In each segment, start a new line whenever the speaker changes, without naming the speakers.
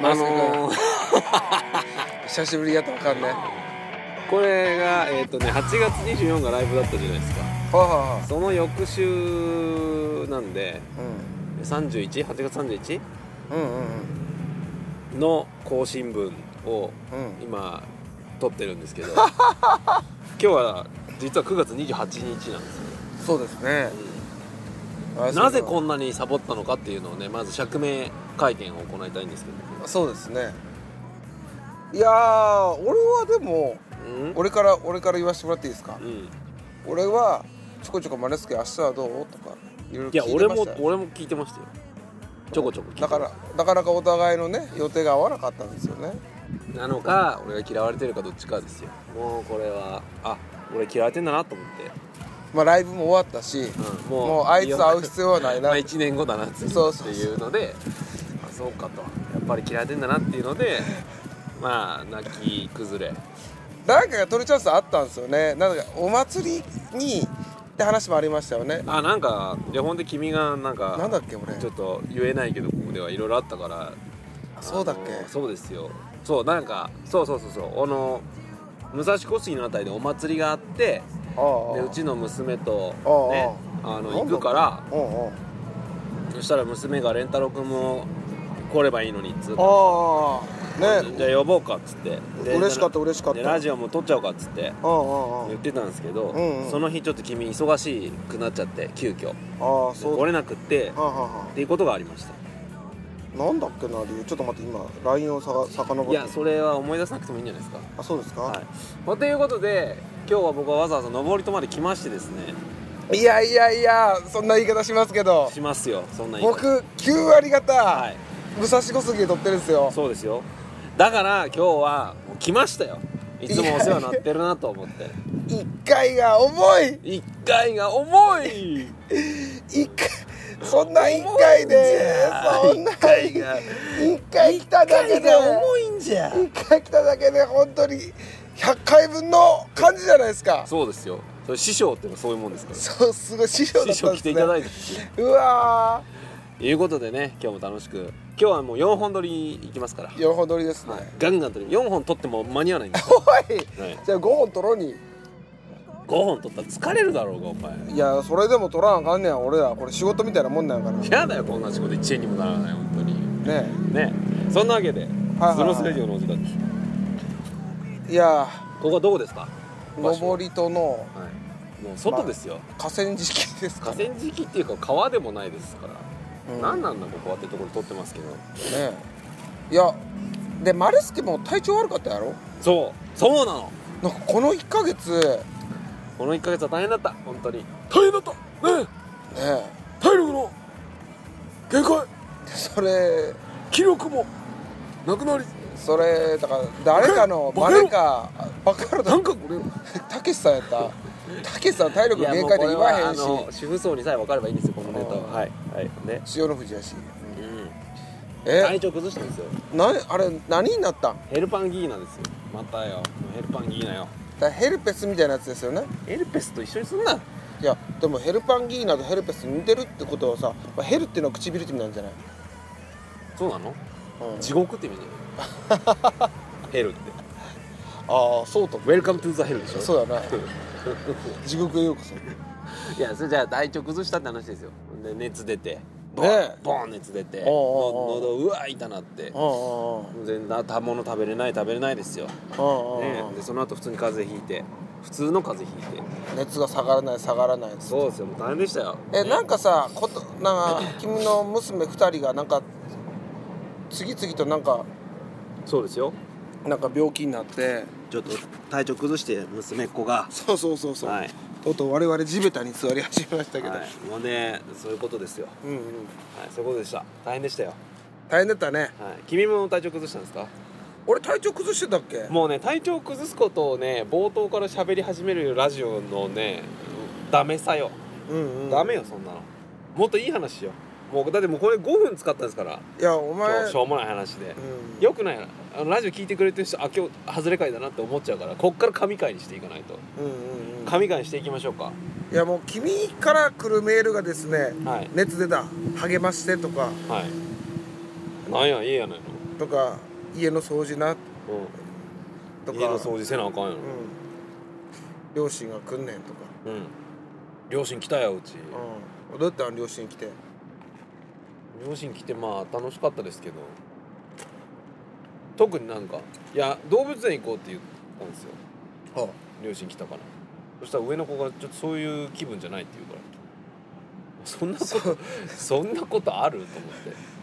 マ
あ
スク
のー
久しぶりやったらあかんねは
これがえっ、とね8月24がライブだったじゃないですか
あはあ
その翌週なんで
う
318月 31?
んうんうん
の更新分を
うん
今撮ってるんです けど今日は実は9月28日なんですよ、
うんそうですねあ
なぜ
そうだ
こんなにサボったのかっていうのをねまず釈明会見を行いたいんですけど
そうですねいやー俺はでも
うん
俺から俺から言わせてもらっていいですか
うん
俺はちょこちょこマネスケ明日はどうとかいろい
い
ろ
や
聞いて
俺
ま
も
したよ
俺も聞いてましたよちょこちょこ聞いて
だからなかなかお互いのね予定が合わなかったんですよね
なのか俺が嫌われてるかどっちかですよもうこれはあ俺嫌われてんだなと思って、
まあライブも終わったし、
うん
もう
もう
あいつ会う
必
必要はない
要
な
な1年後だな次
そうそうそう
っていうのであそうかとやっぱり嫌われてんだなっていうの でまあ泣き崩れ
誰かが取るチャンスあったんですよねなんかお祭りにって話もありましたよね
あなんか両本で君がなんか
なんだっけ俺
ちょっと言えないけどここではいろいろあったから
そうだっけ
あのそうですよそうなんかそうそうそうそうあの武蔵小杉のあたりでお祭りがあって
ああ
でうちの娘と
ああ
ねあの行くから
おうおう
そしたら娘が「蓮太郎君も来ればいいのに」っつって
ああ
じ
ね
ゃあ呼ぼうか」っつってで
嬉しかった嬉しかった
でラジオも撮っちゃおうかっつって
あああ
言ってたんですけど、
うんうん
その日ちょっと君忙しくなっちゃって急遽
ああ
で
そう
来れなくって
はあは
っていうことがありました
あなんだっけな理由ちょっと待って今 LINE をさか遡って
いやそれは思い出さなくてもいいんじゃないですか
あそうですか、
はい、まあということで今日は僕はわざわざ登戸まで来ましてですね
い、やいやいやそんな言い方しますけど
しますよそんな言い方
僕9割方、
はい
武蔵小杉で撮ってるんですよ
そうですよだから今日はもう来ましたよいつもお世話になってるなと思って
1回が重い
一回が重い
一回そんな1回でそんな1回
が
来ただけで
重いんじゃ
1回来ただけで本当に100回分の感じじゃないですか
そうですよそれ師匠っていうのはそういうもんですから
そうすごい師匠だ
師
っ
匠
たんで
来て
す
いただ
ね
いてっていう
うわ
ということでね今日も楽しく今日はもう4本撮りいきますから、
ー4本撮りですね、
はいガンガン撮り4本撮っても間に合わないんですよ、
おい
はい、
じゃあ5本取ろうに
5本撮ったら疲れるだろうがお前
いやそれでも取らなあかんねや俺らこれ仕事みたいなもんなんやからね
嫌だよこんな仕事1円にもならない本当にねそんなわけでス
はいはい
ロースレディオのお時間です
いや
ここはどこですか場所
登戸の
はいもう外ですよ、
河川敷ですか
河
ね
川敷っていうか川でもないですから、
うん
何なんだここはってところ撮ってますけど
ねいやでマルスケも体調悪かったやろ
そうそうなの
なんかこの1ヶ月
この1ヶ月は大変だった本当に大変だったね
ね
体力の限界
それ
気力もなくなり
それだから誰かの
バ
バ
カ野郎
レかバカ野郎だ
かこれ
たけしさんやったたけしさん体力限界で言わへんし
主婦層にさえ分かればいいんですよこのネタは
うん
はいはいね
塩の富士やし
うん
え
体調崩したんですよ
なあれ何になったんだか
ヘルパンギーナですよまたよヘルパンギーナよ
らヘルペスみたいなやつですよね
エルペスと一緒にすんない
やでもヘルパンギーナとヘルペス似てるってことはさ、まあヘルっていうのは唇って意味なんじゃない、
そうなの
うん
地獄って意味じ ゃないヘルって
ああそうと
ウェルカムトゥザヘルでしょ
そうだな地獄へようこそ
いやそれじゃあ体調崩したって話ですよで熱出てボン、
ねえ
ボン熱出ての
おうおうおう
喉うわ痛なって
あ
全然食べ物食べれない食べれないですよ、ね
あああ
え、でその後普通に風邪ひいて普通の風邪ひいて
熱が下がらない下がらない
そうですよもう大変でしたよ
えなんかさことなんか君の娘2人がなんか次々となんか
そうですよ
なんか病気になって
ちょっと体調崩して娘っ子が
そうそうそうそう、
はい
とうとう我々地べたに座り始めましたけど、
はい、もうねそういうことですよ
うんうん
はいそういうことでした大変でしたよ、
大変だったね
はい、君も体調崩したんですか
俺体調崩してたっけ
もうね体調を崩すことをね冒頭から喋り始めるラジオのねダメさよ
うんうん
ダメよそんなのもっといい話しようもうだってもうこれ5分使ったんですから
いやお
今
前
日しょうもない話で
うん
よくないなあのラジオ聞いてくれてる人あ今日外れ会だなって思っちゃうからこっから神回にしていかないと
うんうんうん
神回にしていきましょうか
いやもう君から来るメールがですね
はい
熱出た励ましてとか
はいなんやいいやないの
とか家の掃除なとか
家の掃除せなあかんやろ
うん、両親が来んねんとか、
うん両親来たようち
うん、どうやったん両親来て
両親来てまあ楽しかったですけど特になんかいや動物園行こうって言ったんですよ
は
両親来たからそしたら上の子がちょっとそういう気分じゃないって言うからそんなことそんなことあると思って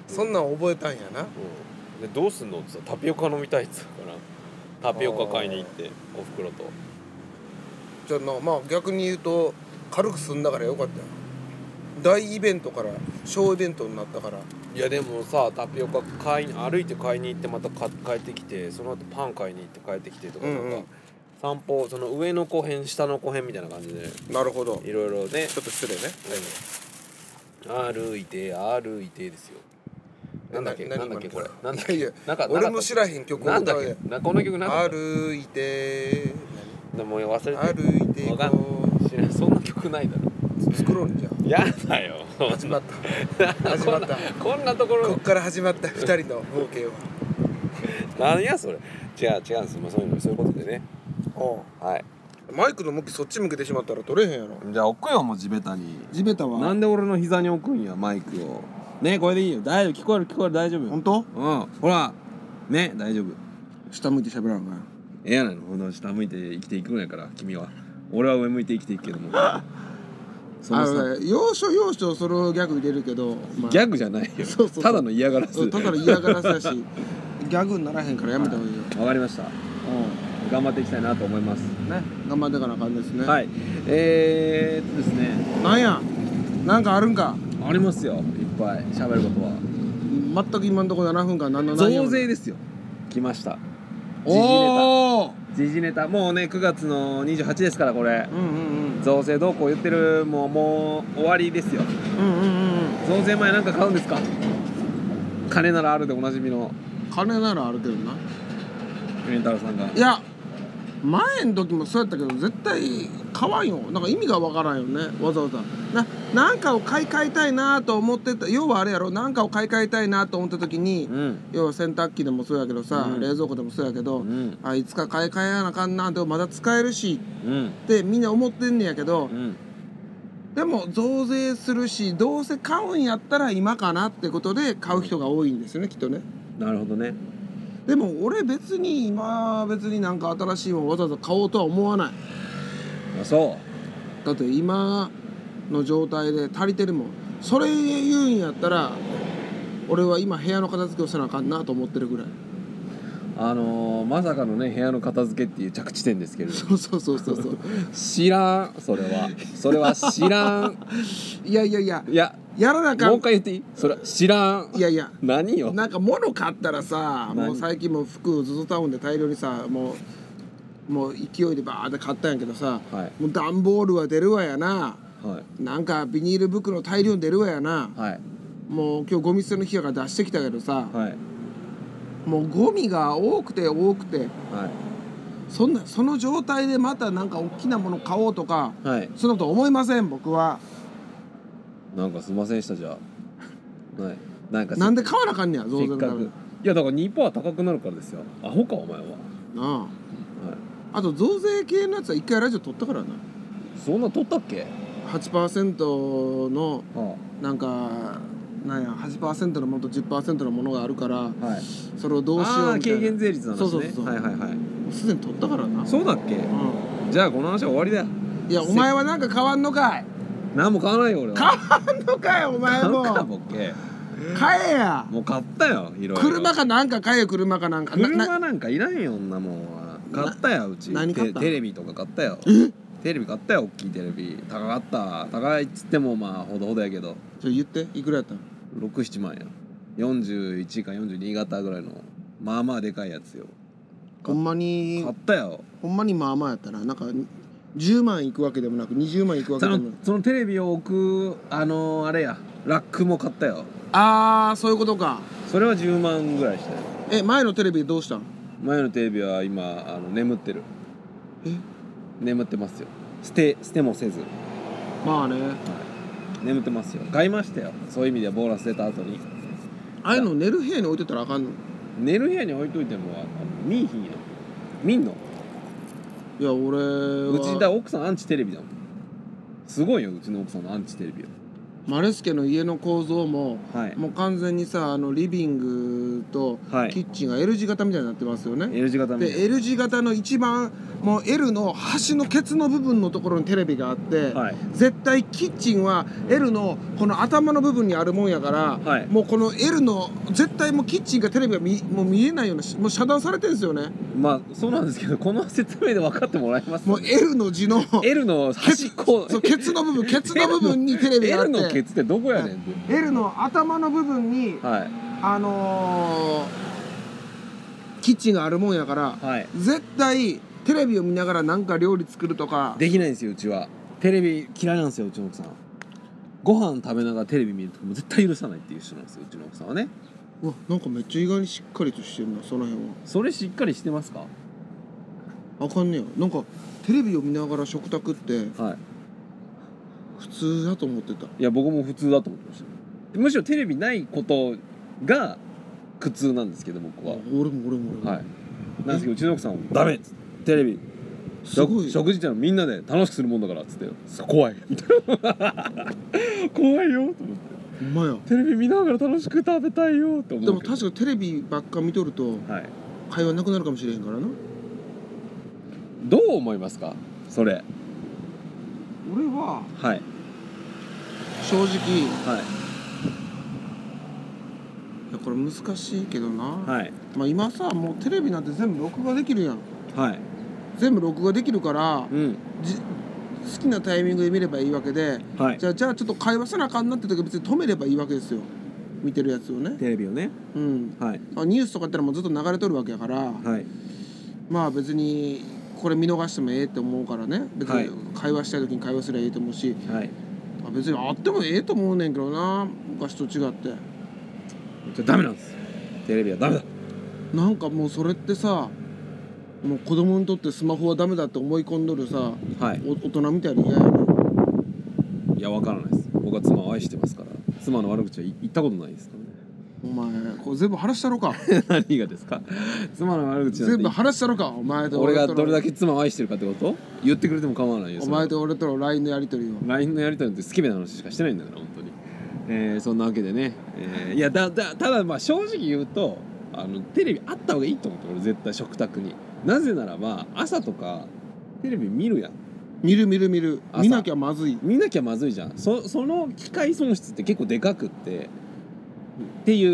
そんなん覚えたんやな
うん、でどうすんのって言ったらタピオカ飲みたいって言ったからタピオカ買いに行っておふくろと
じゃあなまあ逆に言うと軽く済んだからよかったよ大イベントから小イベントになったから
いやでもさタピオカ買いに歩いて買いに行ってまたか帰ってきてその後パン買いに行って帰ってきてとか
う
なんん
う
か、
ん
散歩その上の子編下の子編みたいな感じで
なるほど
いろいろね
ちょっと失礼ね
歩いて歩いてですよなんだっけ
な
な
何
んだっけこ
今
れ
の
なんだっけ
いやいや
なんか
俺も知らへん曲を
なんだ
歌
っ
うや
けなこの曲なんだっ
歩いて
けもう忘れ
何
てる
歩いて
わか
こ
知らんそんな曲ないだろ
う作ろうねじゃあ
やだよ
始まった始まった
こんなとこ
こ
ろ
っから始まった二人の冒険 は
何やそれ違う違うんですまあそういうのそういうことでねはい
マイクの向きそっち向けてしまったら取れへんやろ
じゃあ置くよもう地べたに
地べたは
なんで俺の膝に置くんやマイクをねこれでいいよ大丈夫聞こえる聞こえる大丈夫よ
本当
うんほらね大丈夫
下向いて喋らんか
ええやないのほんと下向いて生きていくんやから君は俺は上向いて生きていくけ どもそ
あ
の
の
さ
ね、要所要所そのギャグ入れるけど、まあ
ギャグじゃないよ
そうそう
ただの嫌がらせ
そうただの嫌がら せだしギャグにならへんからやめた方がいいよ、
わかりました頑張っていきたいなと思います
うんね頑張っていかなあかんですね、
はいえー、っとですね
なんやなんかあるんか
ありますよいっぱい喋ることは
全く今のところ7分間何の内容
増
も
税ですよ来ました時事ネ
おお
タ時事ネタもうね9月の28ですからこれ
うんうん
増税どうこう言ってるもうもう終わりですよ
うんうんうんうん
増税前なんか買うんですか金ならあるでおなじみの
金ならあるけどな
レンタルさんが
いや前の時もそうやったけど絶対買わんよなんか意味がわからんよねわざわざななんかを買い替えたいなと思ってた要はあれやろなんかを買い替えたいなと思った時に、
うん
要は洗濯機でもそうやけどさ、
うん
冷蔵庫でもそうやけど、
うん
あいつか買い替えなあかんなでもまだ使えるし
うん
ってみんな思ってんねやけ
う
ど、
ん
でも増税するしどうせ買うんやったら今かなってことで買う人が多いんですよねきっとね
なるほどね
でも俺別に今別になんか新しいもんわざわざ買おうとは思わない
あそ
だって今の状態で足りてるもんそれ言うんやったら俺は今部屋の片付けをせなあかんなと思ってるぐらい
うあのー、まさかのね部屋の片付けっていう着地点ですけれど
そうそうそうそうそう
知らんそれはそれは知らん
いやいやいや
いや
やらなあか
もうん一回言っていいそれは知らん
いやいや
何よ
なんか物買ったらさ
何
もう最近も服を ZOZO タウンで大量にさもうもう勢いでバーって買ったんやけどさ、
はい
もう段ボールは出るわやな
はい
なんかビニール袋大量に出るわやな
はい
もう今日ゴミ捨ての日やから出してきたけどさ、
はい
もうゴミが多くて多くて
は
そんなその状態でまたなんか大きなもの買おうとか
いはい
そんなこと思いません僕は
なんかすいませんでしたじゃあはいなんかせ
なんで買わなあかんねや
せ
増
っ
税の
か
ため
く
ない
やだから2パー高くなるからですよアホかお前は、は、
あああと増税系のやつは一回ラジオ撮ったからない
そんな取ったっけ、
8%の
は
なんかなんや8%のものと10%のものがあるから
あ、はい
それをどうしよ
あ
う
あ
みたい
軽
な
減税率の話ね
そうそうそう
はいはいはい
もうすでに取ったからな、
そうだっけ
う
じゃあこの話は終わりだよ
ん、いやお前はなんか変わんのかい
何も買わないよ俺は
買わんのかいお前
買う
も
かボッケ
買えや
もう買ったよいろいろ
車かなんか買えよ車かなんかなな
車なんかいらんよ女もんは買ったようち
何買った
テテレビとか買ったよテレビ買ったよ大きいテレビ高かった高いっつってもまあほどほどやけど
ちょ言っていくらやったの
67万や41か42型ぐらいのまあまあでかいやつよ
ほんまに
買ったよ
ほんまにまあまあやったななんか10万いくわけでもなく20万いくわけ
そ
でも
の
なく
そのテレビを置くあのあれやラックも買ったよ
ああそういうことか
それは10万ぐらいしたよ
え前のテレビどうしたん
前のテレビは今あの眠ってる
え
眠ってますよ捨て捨てもせず
まあね
眠ってますよ買いましたよそういう意味ではボーナス出た後に
ああいうの寝る部屋に置いてたらあかんの
寝る部屋に置いといてもあの見いひんやん見んの
いや俺
う
は
ちだ奥さんアンチテレビだもんすごいようちの奥さんのアンチテレビは
マレスケの家の構造も
はい
もう完全にさあのリビングと
はい
キッチンが L 字型みたいになってますよね、
L 字型みた
で
い
L 字型の一番もう L の端のケツの部分のところにテレビがあって、
なはい
絶対キッチンは L のこの頭の部分にあるもんやから、
はい
もうこの L の絶対もうキッチンがテレビが見もう見えないようなしもう遮断されてるんですよね
まあそうなんですけどこの説明で分かってもらえます
もう L の字の
L の端っこ
そうケツの部分ケツの部分にテレビがあっ
L のケ
て
ツってどこやねんって
L の頭の部分に
は
あのーキッチンがあるもんやから
いはい
絶対テレビを見ながらなんか料理作るとか
できないんですようちはテレビ嫌いなんですようちの奥さんご飯食べながらテレビ見るとかも絶対許さないっていう人なんですようちの奥さんはね
うわなんかめっちゃ意外にしっかりとしてるなその辺は
それしっかりしてますか
あかんねやなんかテレビを見ながら食卓って
はい
普通だと思ってた
いや僕も普通だと思ってましたむしろテレビないことが苦痛なんですけど僕は
あ俺も俺も俺も、
はいなんですけどうちの奥さんは「ダメ!」っつってテレビ
すごい
食事じゃんみんなで楽しくするもんだからっつって「怖い」みたいな 怖いよと思って
ほんまや
テレビ見ながら楽しく食べたいよと思う
でも
けど
確かテレビばっか見とると
はい
会話なくなるかもしれへんからな
どう思いますかそれ
俺は
はい
正直い
はい
やこれ難しいけどな、
はい
まあ今さもうテレビなんて全部録画できるやん
はい
全部録画できるから
うん
じ好きなタイミングで見ればいいわけで
はい
じゃあじゃあちょっと会話せなあかんなって時は別に止めればいいわけですよ見てるやつをね
テレビをね
うん
はい
あニュースとかやってのもうずっと流れとるわけやから
はい
まあ別にこれ見逃してもええって思うからね別
はい
に会話したい時に会話すればええと思うし、
はい
あ別にあってもええと思うねんけどな昔と違って
じゃあダメなんですテレビはダメだ
なんかもうそれってさもう子供にとってスマホはダメだって思い込んどるさ
はい
お大人みたいに嫌やない
やわからないです僕は妻を愛してますから妻の悪口は言ったことないですから
お前これ全部話したろ か
ね何がですか妻の悪口なんて
全部話したろかお前と
俺が
と
どれだけ妻を愛してるかってこと言ってくれても構わないよ
お
それは
前と俺との LINE のやり取りを
LINE のやり取りなんてスケベな話しかしてないんだから本当に、えーそんなわけでね、えーいやだだただまあ正直言うとあのテレビあった方がいいと思って俺絶対食卓になぜならば朝とかテレビ見るやん
見る見る見る
朝
見なきゃまずい
見なきゃまずいじゃんそその機械損失って結構でかくってってい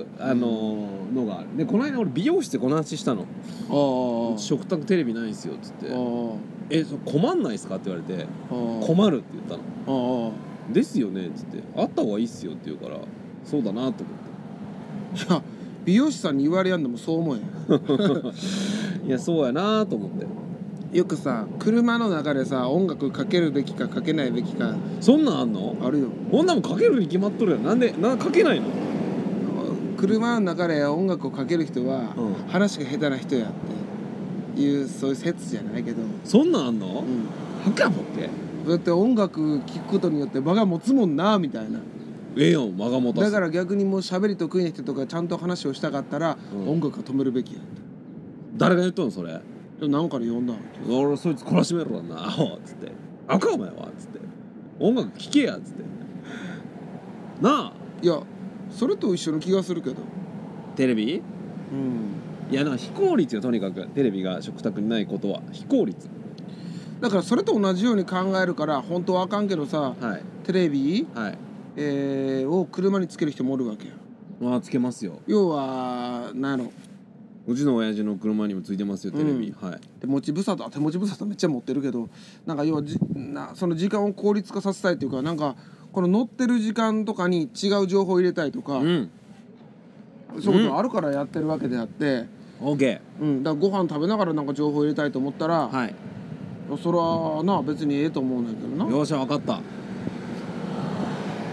う、あのーのがあるでこの間俺美容室でこの話したの
あ
「
あ
食卓テレビないんすよ」っつって
ああ
「えそ困んないっすか?」って言われて
あ
「
あ
困る」って言ったの
あ
「
あ
ですよね」っつって「あった方がいいっすよ」って言うからそうだなと思っ
いや美容師さんに言われやんでもそう思え
ていやそうやなと思って
よくさ車の中でさ音楽かけるべきかかけないべきか
そんなんあんの
あるよ
こんなもんかけるに決まっとるやんなんでなんかけないの
車の中で音楽をかける人は、
うん
話が下手な人やっていうそういう説じゃないけど、
そんなんあんの
う
は
ん、
かもっけ
だって音楽聴くことによって場が持つもんなみたいな
ええやん間が持た
だ
す
から逆にもう喋り得意な人とかちゃんと話をしたかったら、
うん
音楽は止めるべきやって
誰が言っとんのそれ
でも何かで呼んだ
俺そいつ懲らしめろだなアホっつって「あかお前は」っつって「音楽聴けや」っつってなあ
いやそれと一緒の気がするけど
テレビ
うん
いやなんか非効率よとにかくテレビが食卓にないことは非効率
だからそれと同じように考えるから本当はあかんけどさ
はい
テレビ、
はい
えーを車につける人もおるわけよ
まあつけますよ
要は何やろ
うちの親父の車にもついてますよテレビ、はい
手持ち無沙汰手持ち無沙汰めっちゃ持ってるけどなんか要はじなその時間を効率化させたいっていうかなんかこの乗ってる時間とかに違う情報を入れたいとか、
うん
そういうことあるからやってるわけであって、
オーケ
うん、だからご飯食べながらなんか情報を入れたいと思ったら、
ーはい
それはな別にええと思うねんけどな。
よっしゃ分かった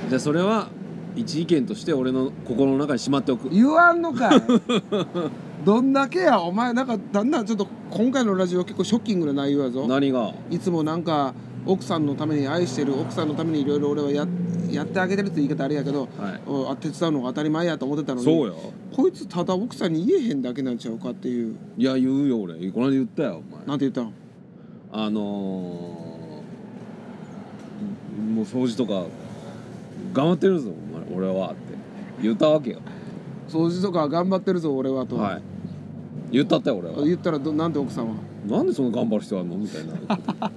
じゃあそれは一意見として俺の心の中にしまっておく
言わんのか いどんだけやお前なんかだんだんちょっと今回のラジオ結構ショッキングな内容やぞ
何が
いつもなんか奥さんのために愛してる奥さんのためにいろいろ俺はややってあげてるって言い方あれやけど、
はい
おあ手伝うのが当たり前やと思ってたのに
そうよ
こいつただ奥さんに言えへんだけなんちゃうかっていう
いや言うよ俺この間言ったよお前
なんて言ったの
あのー、もう掃除とか頑張ってるぞお前俺はって言ったわけよ
掃除とか頑張ってるぞ俺はと、
はい言ったったよ俺は
言ったらどなんて奥さんは
なんでそんな頑張る必要あるのみたいな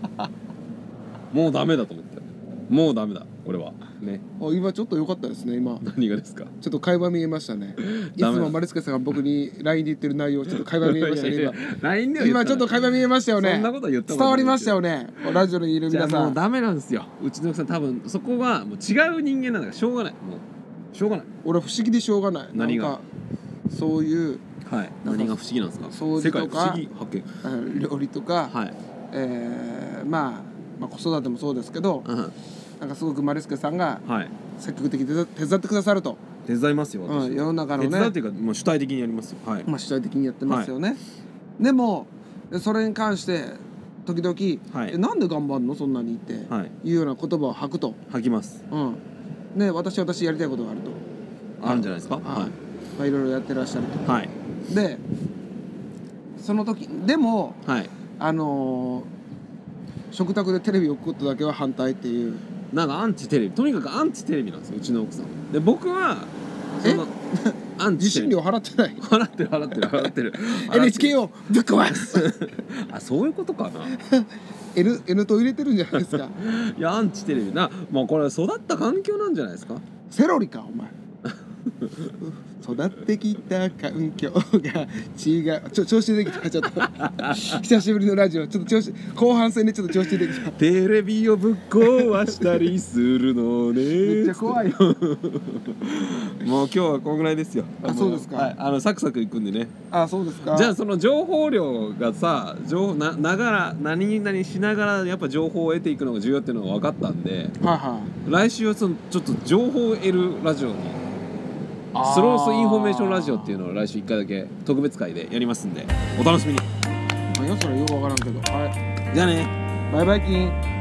もうダメだと思ってもうダメだこれはね
あ今ちょっと良かったですね今
何がですか
ちょっと会話見えましたねい つ
ダメだ
も丸助さんが僕に LINE で言ってる内容ちょっと会話見えましたね今
LINE では言
今
た
ちょっと会話見えましたよね
そんなことは言った
伝
ことない
わりましたよねラジオにいる
じゃあ
皆さ
もうんダメなんですようちの奥さん多分そこはもう違う人間なんだからしょうがないもうしょうがない
俺不思議でしょうがない
何が
なんかそういう
はい何が不思議なんですか
掃除とか
世界不思議発見
あの料理とか、
はい、
えーまあ、まあ子育てもそうですけど
うん、
なんかすごく丸助さんが
はい
積極的で手伝ってくださると、
手伝いますよ
う
私、
ん、世の中の
手伝う
ね
っていうかもう主体的にやりますよはい、
まあ主体的にやってますよね、でもそれに関して時々、
はい
えなんで頑張るのそんなにって、
はい
い、うような言葉を吐くと、
吐きます
うん、ね私私やりたいことがあると、
あるんじゃないですかは
まあ、いろいろやってらっしゃる
いはい
とでその時でも
はい
あのー食卓でテレビを置くことだけは反対っていう
なんかアンチテレビとにかくアンチテレビなんですようちの奥さんはで僕は
え
そのアン
受
チテレ
信
ビ
料払ってない
払ってる払ってる払って る
NHK をぶっ壊す
あそういうことかな
N, N と入れてるんじゃない ですか
いやアンチテレビなまあこれは育った環境なんじゃないですか
セロリかお前育ってきた環境が違うちょ調子出てきたちょ っと久しぶりのラジオちょっと調子後半戦でちょっと調子出て きた
テレビをぶっ壊したりするの ね
めっちゃ怖 いよ
もう今日はこんぐらいですよ
あ
の
そうですか
はい、あのサクサクいくんでね
あそうですか
じゃあその情報量がさ情なながら何々しながらやっぱ情報を得ていくのが重要っていうのが分かったんで
はいはい
来週はそのちょっと情報を得るラジオにスロースインフォメーションラジオっていうのを来週1回だけ特別会でやりますんでお楽しみに
何やそれよくわからんけどはい
じゃあね
バイバイキン